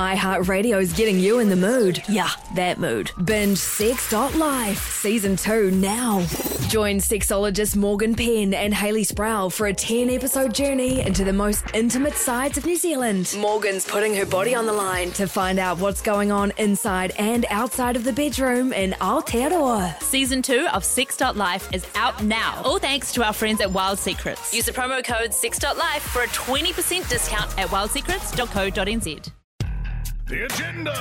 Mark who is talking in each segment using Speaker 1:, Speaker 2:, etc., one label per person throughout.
Speaker 1: iHeartRadio's getting you in the mood. Yeah, that mood. Binge Sex.life, Season 2 now. Join sexologist Morgan Penn and Haley Sproul for a 10 episode journey into the most intimate sides of New Zealand. Morgan's putting her body on the line to find out what's going on inside and outside of the bedroom in Aotearoa.
Speaker 2: Season 2 of 6.life is out now. All thanks to our friends at Wild Secrets. Use the promo code 6.life for a 20% discount at wildsecrets.co.nz.
Speaker 3: The Agenda,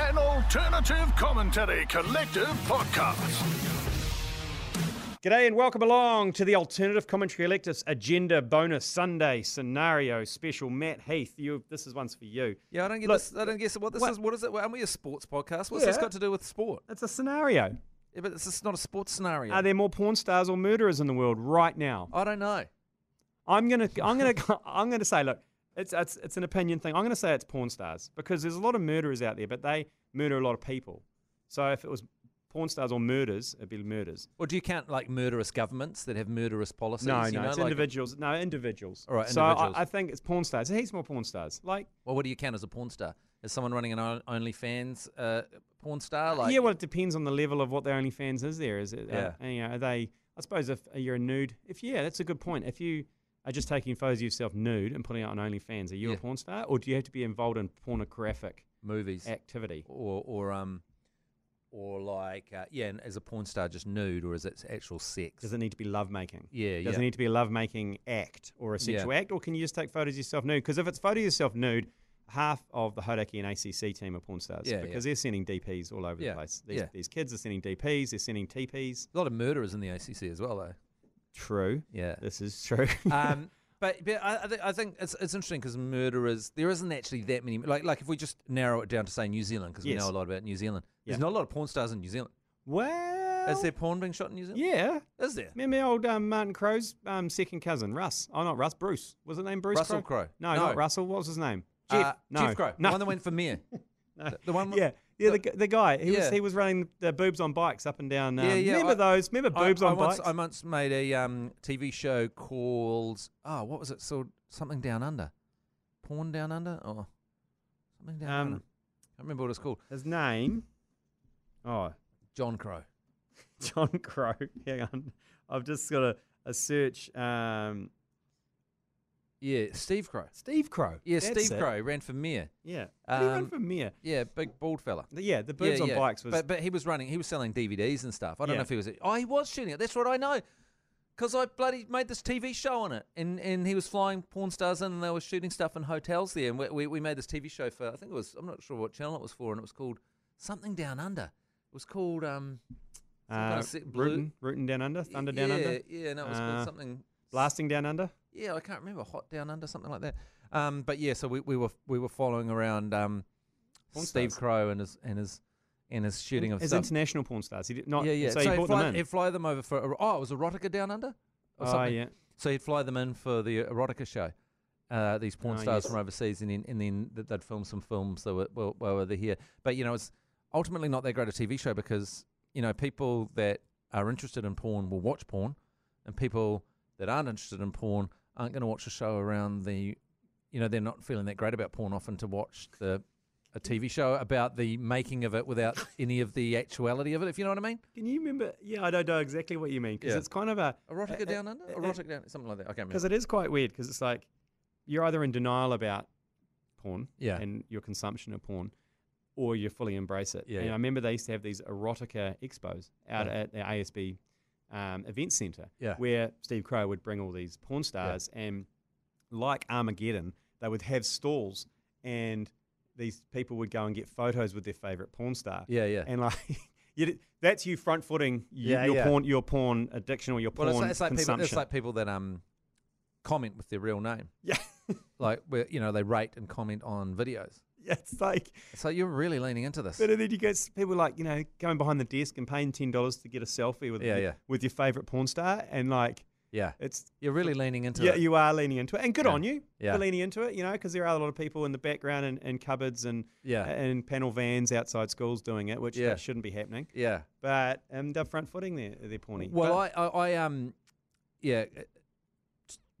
Speaker 3: an alternative commentary collective podcast.
Speaker 4: G'day and welcome along to the Alternative Commentary Electives Agenda Bonus Sunday Scenario Special. Matt Heath, you this is one's for you.
Speaker 5: Yeah, I don't get
Speaker 4: Look-
Speaker 5: this. I don't guess what this
Speaker 4: What-
Speaker 5: is. What is it? Aren't we a sports podcast? What's this
Speaker 4: Yeah.
Speaker 5: got to do with sport?
Speaker 4: It's a scenario.
Speaker 5: Yeah, but this is not a sports scenario.
Speaker 4: Are there more porn stars or murderers in the world right now?
Speaker 5: I don't know.
Speaker 4: I'm gonna I'm gonna I'm gonna say look, it's it's it's an opinion thing. I'm gonna say it's porn stars because there's a lot of murderers out there, but they murder a lot of people. So if it was porn stars or murders, it'd be murders.
Speaker 5: Or do you count like murderous governments that have murderous policies?
Speaker 4: no,
Speaker 5: you
Speaker 4: no,
Speaker 5: know,
Speaker 4: it's
Speaker 5: like-
Speaker 4: individuals. No, individuals.
Speaker 5: All right,
Speaker 4: so I,
Speaker 5: individuals.
Speaker 4: I think it's porn stars. He's more porn stars. Like
Speaker 5: Well, what do you count as a porn star? Is someone running an O- OnlyFans uh, porn star? Like,
Speaker 4: yeah, well, it depends on the level of what their OnlyFans is. There is, it, uh,
Speaker 5: Yeah.
Speaker 4: you know, are they? I suppose if you're a nude, if yeah, that's a good point. If you are just taking photos of yourself nude and putting it on OnlyFans, are you a
Speaker 5: Yeah.
Speaker 4: porn star, or do you have to be involved in pornographic
Speaker 5: movies
Speaker 4: activity?
Speaker 5: or or um or like uh, yeah, and is a porn star just nude or is it actual sex?
Speaker 4: Does it need to be lovemaking?
Speaker 5: Yeah,
Speaker 4: Does
Speaker 5: yeah.
Speaker 4: it need to be a lovemaking act or a sexual act, or can you just take photos of yourself nude? Because if it's photos of yourself nude, half of the Hodaki and ACC team are porn stars
Speaker 5: Yeah, yeah.
Speaker 4: because they're sending DPs all over
Speaker 5: Yeah,
Speaker 4: the place. These,
Speaker 5: yeah.
Speaker 4: these kids are sending DPs, they're sending TPs.
Speaker 5: a lot of murderers in the ACC as well, though.
Speaker 4: True.
Speaker 5: Yeah.
Speaker 4: This is true.
Speaker 5: um, but but I, I, think, I think it's it's interesting because murderers there isn't actually that many like like if we just narrow it down to say New Zealand because we
Speaker 4: Yes.
Speaker 5: know a lot about New Zealand. There's
Speaker 4: Yeah.
Speaker 5: not a lot of porn stars in New Zealand.
Speaker 4: Well,
Speaker 5: Is there porn being shot in New Zealand?
Speaker 4: yeah.
Speaker 5: Is there?
Speaker 4: Remember old um, Martin Crowe's um, second cousin, Russ? Oh, not Russ, Bruce. Was it named Bruce?
Speaker 5: Russell Crowe.
Speaker 4: No,
Speaker 5: No.
Speaker 4: not Russell. What was his name?
Speaker 5: Uh,
Speaker 4: no.
Speaker 5: Jeff Crow.
Speaker 4: No.
Speaker 5: The one that went for mayor. the, the one.
Speaker 4: yeah. Yeah, the, gu- the guy. He was
Speaker 5: Yeah.
Speaker 4: he was running the boobs on bikes up and down. Um,
Speaker 5: Yeah, yeah,
Speaker 4: Remember
Speaker 5: I-
Speaker 4: those? Remember
Speaker 5: I-
Speaker 4: boobs
Speaker 5: I,
Speaker 4: on
Speaker 5: once,
Speaker 4: bikes?
Speaker 5: I once made a um, TV show called oh what was it? So something down under, porn down under or something down
Speaker 4: Um,
Speaker 5: under. I can't remember what it's called.
Speaker 4: his name. Oh,
Speaker 5: John Crow.
Speaker 4: John Crow. Hang on. I've just got a, a search. Um,
Speaker 5: Yeah, Steve Crow.
Speaker 4: Steve Crow.
Speaker 5: Yeah,
Speaker 4: That's
Speaker 5: Steve
Speaker 4: it.
Speaker 5: Crow ran for mayor.
Speaker 4: Yeah. Did he run
Speaker 5: Um,
Speaker 4: for mayor?
Speaker 5: Yeah, big bald fella.
Speaker 4: Yeah, the boobs
Speaker 5: yeah,
Speaker 4: on
Speaker 5: yeah.
Speaker 4: bikes was.
Speaker 5: But, but he was running. He was selling DVDs and stuff. I don't
Speaker 4: Yeah.
Speaker 5: know if he was. Oh, he was shooting it. That's what I know. Because I bloody made this TV show on it, and, and he was flying porn stars in, and they were shooting stuff in hotels there. And we, we, we made this TV show for, I think it was, I'm not sure what channel it was for, and it was called Something Down Under. It was called, um, some kind
Speaker 4: uh,
Speaker 5: of sick blue-
Speaker 4: rooting, rooting down under, thunder down
Speaker 5: yeah,
Speaker 4: under,
Speaker 5: Yeah, no, it was
Speaker 4: Uh,
Speaker 5: called something.
Speaker 4: blasting down under.
Speaker 5: Yeah, I can't remember. Hot Down Under, something like that. Um, but yeah, so we, we were we were following around um,
Speaker 4: Porn
Speaker 5: Steve
Speaker 4: stars.
Speaker 5: Crow and his and his and his shooting of
Speaker 4: As
Speaker 5: stuff.
Speaker 4: international porn stars. He did not.
Speaker 5: yeah, yeah.
Speaker 4: So, he
Speaker 5: he'd
Speaker 4: brought
Speaker 5: fly,
Speaker 4: them in.
Speaker 5: he'd fly them over for er- oh, it was erotica down under. Or
Speaker 4: oh
Speaker 5: something.
Speaker 4: yeah.
Speaker 5: So he'd fly them in for the erotica show. Uh, these porn
Speaker 4: Ah,
Speaker 5: stars
Speaker 4: yes.
Speaker 5: from overseas, and then and then th- they'd film some films that were well, well, were here. But you know, it's ultimately not that great a TV show because you know people that are interested in porn will watch porn, and people that aren't interested in porn aren't going to watch a show around the, you know, they're not feeling that great about porn often to watch the a TV show about the making of it without any of the actuality of it. If you know what I mean?
Speaker 4: Can you remember? Yeah, I don't know exactly what you mean because
Speaker 5: Yeah.
Speaker 4: it's kind of a
Speaker 5: Erotica
Speaker 4: a- a-
Speaker 5: down under,
Speaker 4: a- a-
Speaker 5: erotic down, something like that. I can't
Speaker 4: eh, because
Speaker 5: remember.
Speaker 4: it is quite weird because it's like you're either in denial about porn
Speaker 5: Yeah.
Speaker 4: and your consumption of porn or you fully embrace it.
Speaker 5: Yeah,
Speaker 4: and
Speaker 5: yeah.
Speaker 4: I remember they used to have these erotica expos out
Speaker 5: Yeah.
Speaker 4: at the ASB um, event centre
Speaker 5: Yeah.
Speaker 4: where Steve Crow would bring all these porn stars and like Armageddon, they would have stalls and these people would go and get photos with their favourite porn star.
Speaker 5: Yeah, yeah.
Speaker 4: And like... You, d- that's you front footing
Speaker 5: Yeah,
Speaker 4: your
Speaker 5: yeah.
Speaker 4: porn your porn addiction or your porn
Speaker 5: Well, it's like, it's like people.
Speaker 4: consumption.
Speaker 5: It's like people that um comment with their real name,
Speaker 4: yeah.
Speaker 5: like where you know they rate and comment on videos.
Speaker 4: Yeah, it's like,
Speaker 5: So you're really leaning into this.
Speaker 4: but then you get s- people like you know going behind the desk and paying ten dollars to get a selfie with
Speaker 5: Yeah,
Speaker 4: y-
Speaker 5: yeah.
Speaker 4: with your favorite porn star, and like
Speaker 5: yeah,
Speaker 4: it's
Speaker 5: you're really leaning into
Speaker 4: yeah,
Speaker 5: it.
Speaker 4: you are leaning into it, and good
Speaker 5: Yeah.
Speaker 4: on you
Speaker 5: Yeah.
Speaker 4: for leaning into it, you know, because there are a lot of people in the background and, and cupboards and
Speaker 5: Yeah.
Speaker 4: and panel vans outside schools doing it, which
Speaker 5: Yeah.
Speaker 4: that shouldn't be happening.
Speaker 5: yeah.
Speaker 4: But um, they're front footing their their porny.
Speaker 5: Well,
Speaker 4: But
Speaker 5: I, I, I um, yeah, uh, t- eh,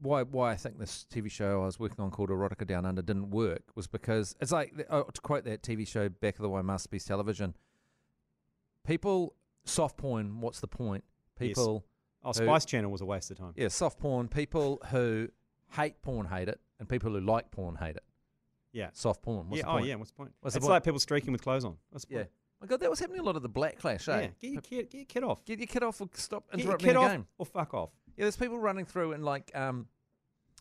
Speaker 5: why why I think this TV show I was working on called Erotica Down Under didn't work was because it's like oh, to quote that TV show Back of the Way Masterpiece Television. People soft porn. What's the point?
Speaker 4: Yes.
Speaker 5: People
Speaker 4: Oh,
Speaker 5: who-
Speaker 4: Spice Channel was a waste of time.
Speaker 5: yeah, soft porn. People who hate porn hate it, and people who like porn hate it.
Speaker 4: Yeah.
Speaker 5: Soft porn. What's
Speaker 4: yeah.
Speaker 5: the
Speaker 4: Oh,
Speaker 5: point?
Speaker 4: yeah. What's the point?
Speaker 5: What's the
Speaker 4: it's
Speaker 5: point?
Speaker 4: like people streaking with clothes on. What's the
Speaker 5: Yeah.
Speaker 4: point?
Speaker 5: My God, that was happening a lot of the Black Clash, eh?
Speaker 4: Yeah. Get your kid, get your kid off.
Speaker 5: Get your kid off or stop
Speaker 4: Get your
Speaker 5: interrupting
Speaker 4: kid
Speaker 5: the
Speaker 4: off
Speaker 5: game.
Speaker 4: or fuck off.
Speaker 5: Yeah, there's people running through in like um,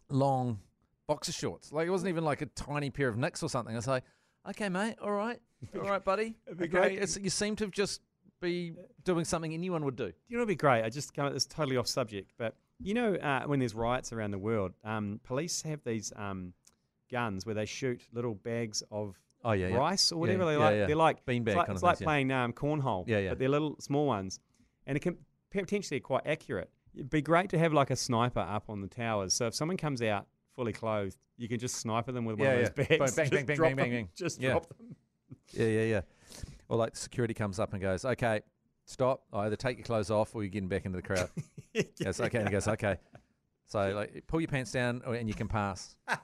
Speaker 5: long boxer shorts. Like it wasn't even like a tiny pair of Knicks or something. It's like, okay, mate, all right, all right, buddy.
Speaker 4: It'd be
Speaker 5: okay.
Speaker 4: great.
Speaker 5: It's, you seem to have just be doing something anyone would do.
Speaker 4: You know, it'd be great. I just come at this totally off subject, but you know, uh, when there's riots around the world, um, police have these um, guns where they shoot little bags of
Speaker 5: Oh, yeah, yeah.
Speaker 4: rice or
Speaker 5: Yeah,
Speaker 4: whatever. they
Speaker 5: yeah,
Speaker 4: like,
Speaker 5: yeah.
Speaker 4: They're like
Speaker 5: Beanbag
Speaker 4: It's like,
Speaker 5: kind
Speaker 4: it's
Speaker 5: of
Speaker 4: like
Speaker 5: things, yeah.
Speaker 4: playing um, cornhole.
Speaker 5: Yeah, yeah.
Speaker 4: But they're little small ones, and it can potentially quite accurate. It'd be great to have like a sniper up on the towers. So if someone comes out fully clothed, you can just sniper them with one
Speaker 5: Yeah,
Speaker 4: of those
Speaker 5: yeah.
Speaker 4: bags.
Speaker 5: Bang, bang,
Speaker 4: Just
Speaker 5: bang, bang,
Speaker 4: drop
Speaker 5: bang, bang,
Speaker 4: them-
Speaker 5: bang.
Speaker 4: Just
Speaker 5: Yeah.
Speaker 4: drop them.
Speaker 5: Yeah, yeah, yeah. Or like security comes up and goes, okay, stop. I either take your clothes off or you're getting back into the crowd. Yes, okay. And he goes, okay. So like, pull your pants down or, and you can pass.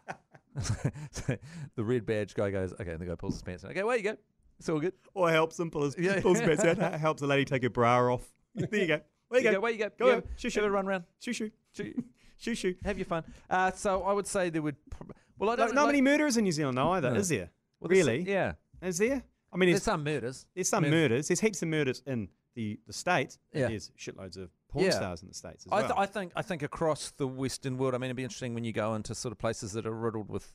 Speaker 5: so the red badge guy goes, okay. And the guy pulls his pants down. Okay, where you go. It's all good.
Speaker 4: Or helps them pull his,
Speaker 5: Yeah.
Speaker 4: pulls his pants out. Helps a lady take her bra off. There you go. There you go.
Speaker 5: Where you go.
Speaker 4: Go
Speaker 5: Yeah,
Speaker 4: on. Shoo,
Speaker 5: have
Speaker 4: shoo.
Speaker 5: a run round.
Speaker 4: Shoo shoo.
Speaker 5: Shoo.
Speaker 4: Shoo shoo.
Speaker 5: Have your fun. Uh, so I would say there would. Prob- well, I
Speaker 4: Like,
Speaker 5: don't
Speaker 4: Not
Speaker 5: know.
Speaker 4: many murderers in New Zealand, though, either,
Speaker 5: No.
Speaker 4: is there?
Speaker 5: well, there's-
Speaker 4: really?
Speaker 5: Yeah.
Speaker 4: Is there? I mean,
Speaker 5: There's
Speaker 4: there's,
Speaker 5: some murders.
Speaker 4: there's some
Speaker 5: I mean,
Speaker 4: murders. There's heaps of murders in the, the States. and
Speaker 5: Yeah.
Speaker 4: There's shitloads of porn
Speaker 5: Yeah.
Speaker 4: stars in the States as
Speaker 5: I,
Speaker 4: well.
Speaker 5: th- I think I think across the Western world. I mean, it'd be interesting when you go into sort of places that are riddled with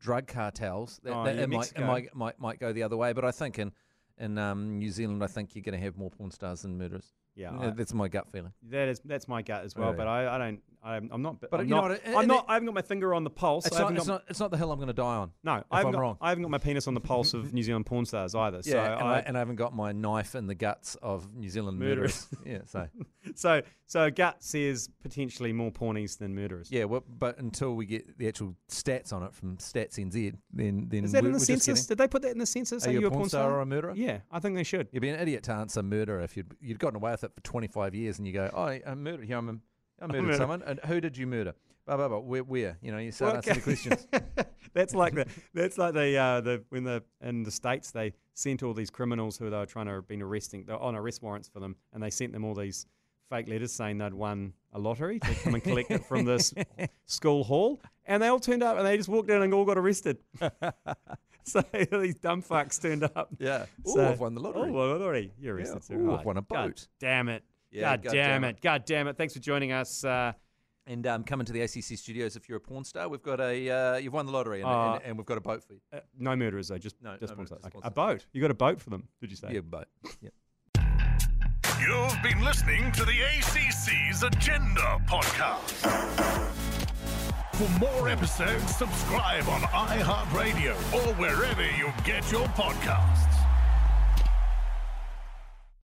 Speaker 5: drug cartels. That,
Speaker 4: Oh,
Speaker 5: that
Speaker 4: yeah,
Speaker 5: it, might, it
Speaker 4: Mexico.
Speaker 5: might might might go the other way. But I think in in um, New Zealand, I think you're going to have more porn stars than murderers.
Speaker 4: yeah,
Speaker 5: Uh,
Speaker 4: I-
Speaker 5: that's my gut feeling.
Speaker 4: that is that's my gut as well.
Speaker 5: Yeah,
Speaker 4: But I, I don't. I'm, I'm not.
Speaker 5: But
Speaker 4: I'm
Speaker 5: you know
Speaker 4: not.
Speaker 5: what, and-
Speaker 4: I'm
Speaker 5: and
Speaker 4: not.
Speaker 5: it-
Speaker 4: I haven't got my finger on the pulse.
Speaker 5: It's
Speaker 4: I
Speaker 5: not,
Speaker 4: haven't
Speaker 5: it's
Speaker 4: got-
Speaker 5: not it's not the hill I'm going to die on.
Speaker 4: no, I haven't
Speaker 5: I'm
Speaker 4: got,
Speaker 5: wrong.
Speaker 4: I haven't got my penis on the pulse of New Zealand porn stars either.
Speaker 5: Yeah,
Speaker 4: so
Speaker 5: and,
Speaker 4: I,
Speaker 5: I, and I haven't got my knife in the guts of New Zealand murderers.
Speaker 4: Murderers.
Speaker 5: yeah, so
Speaker 4: so so gut says potentially more pornies than murderers.
Speaker 5: yeah, well, but until we get the actual stats on it from Stats NZ, then then
Speaker 4: Is that
Speaker 5: we're,
Speaker 4: in the
Speaker 5: we're just
Speaker 4: census?
Speaker 5: getting-
Speaker 4: Did they put that in the census?
Speaker 5: Are you a porn star or a murderer?
Speaker 4: Yeah, I think they should.
Speaker 5: You'd be an idiot to answer murder if you'd you'd gotten away with it for 25 years and you go, oh, I I murdered, yeah, I'm a, I murdered
Speaker 4: murdered.
Speaker 5: someone, and who did you murder? Blah blah blah. Where? where? You know, you start
Speaker 4: Okay.
Speaker 5: asking the questions.
Speaker 4: That's like the that's like the uh, the when the in the states they sent all these criminals who they were trying to been arresting they were on arrest warrants for them, and they sent them all these fake letters saying they'd won a lottery to come and collect it from this school hall, and they all turned up and they just walked in and all got arrested. so these dumb fucks turned up.
Speaker 5: yeah. Ooh,
Speaker 4: So-
Speaker 5: I've won the lottery.
Speaker 4: Oh, won the lottery. You're
Speaker 5: Yeah.
Speaker 4: arrested.
Speaker 5: Ooh, I've
Speaker 4: right.
Speaker 5: won a
Speaker 4: God
Speaker 5: boat.
Speaker 4: damn it.
Speaker 5: Yeah,
Speaker 4: God,
Speaker 5: God
Speaker 4: damn
Speaker 5: damn
Speaker 4: it.
Speaker 5: it.
Speaker 4: God damn it. Thanks for joining us. Uh,
Speaker 5: And um, coming to the ACC studios, if you're a porn star, we've got a uh, you've won the lottery, and,
Speaker 4: Uh,
Speaker 5: and, and we've got a boat for you.
Speaker 4: uh, no murderers, though. Just,
Speaker 5: No,
Speaker 4: just
Speaker 5: no
Speaker 4: porn
Speaker 5: murderers,
Speaker 4: stars.
Speaker 5: porn
Speaker 4: Okay. A
Speaker 5: stars.
Speaker 4: boat. You got a boat for them, did you say?
Speaker 5: Yeah, boat. Yeah.
Speaker 3: You've been listening to the ACC's Agenda podcast. For more episodes, subscribe on iHeartRadio or wherever you get your podcasts.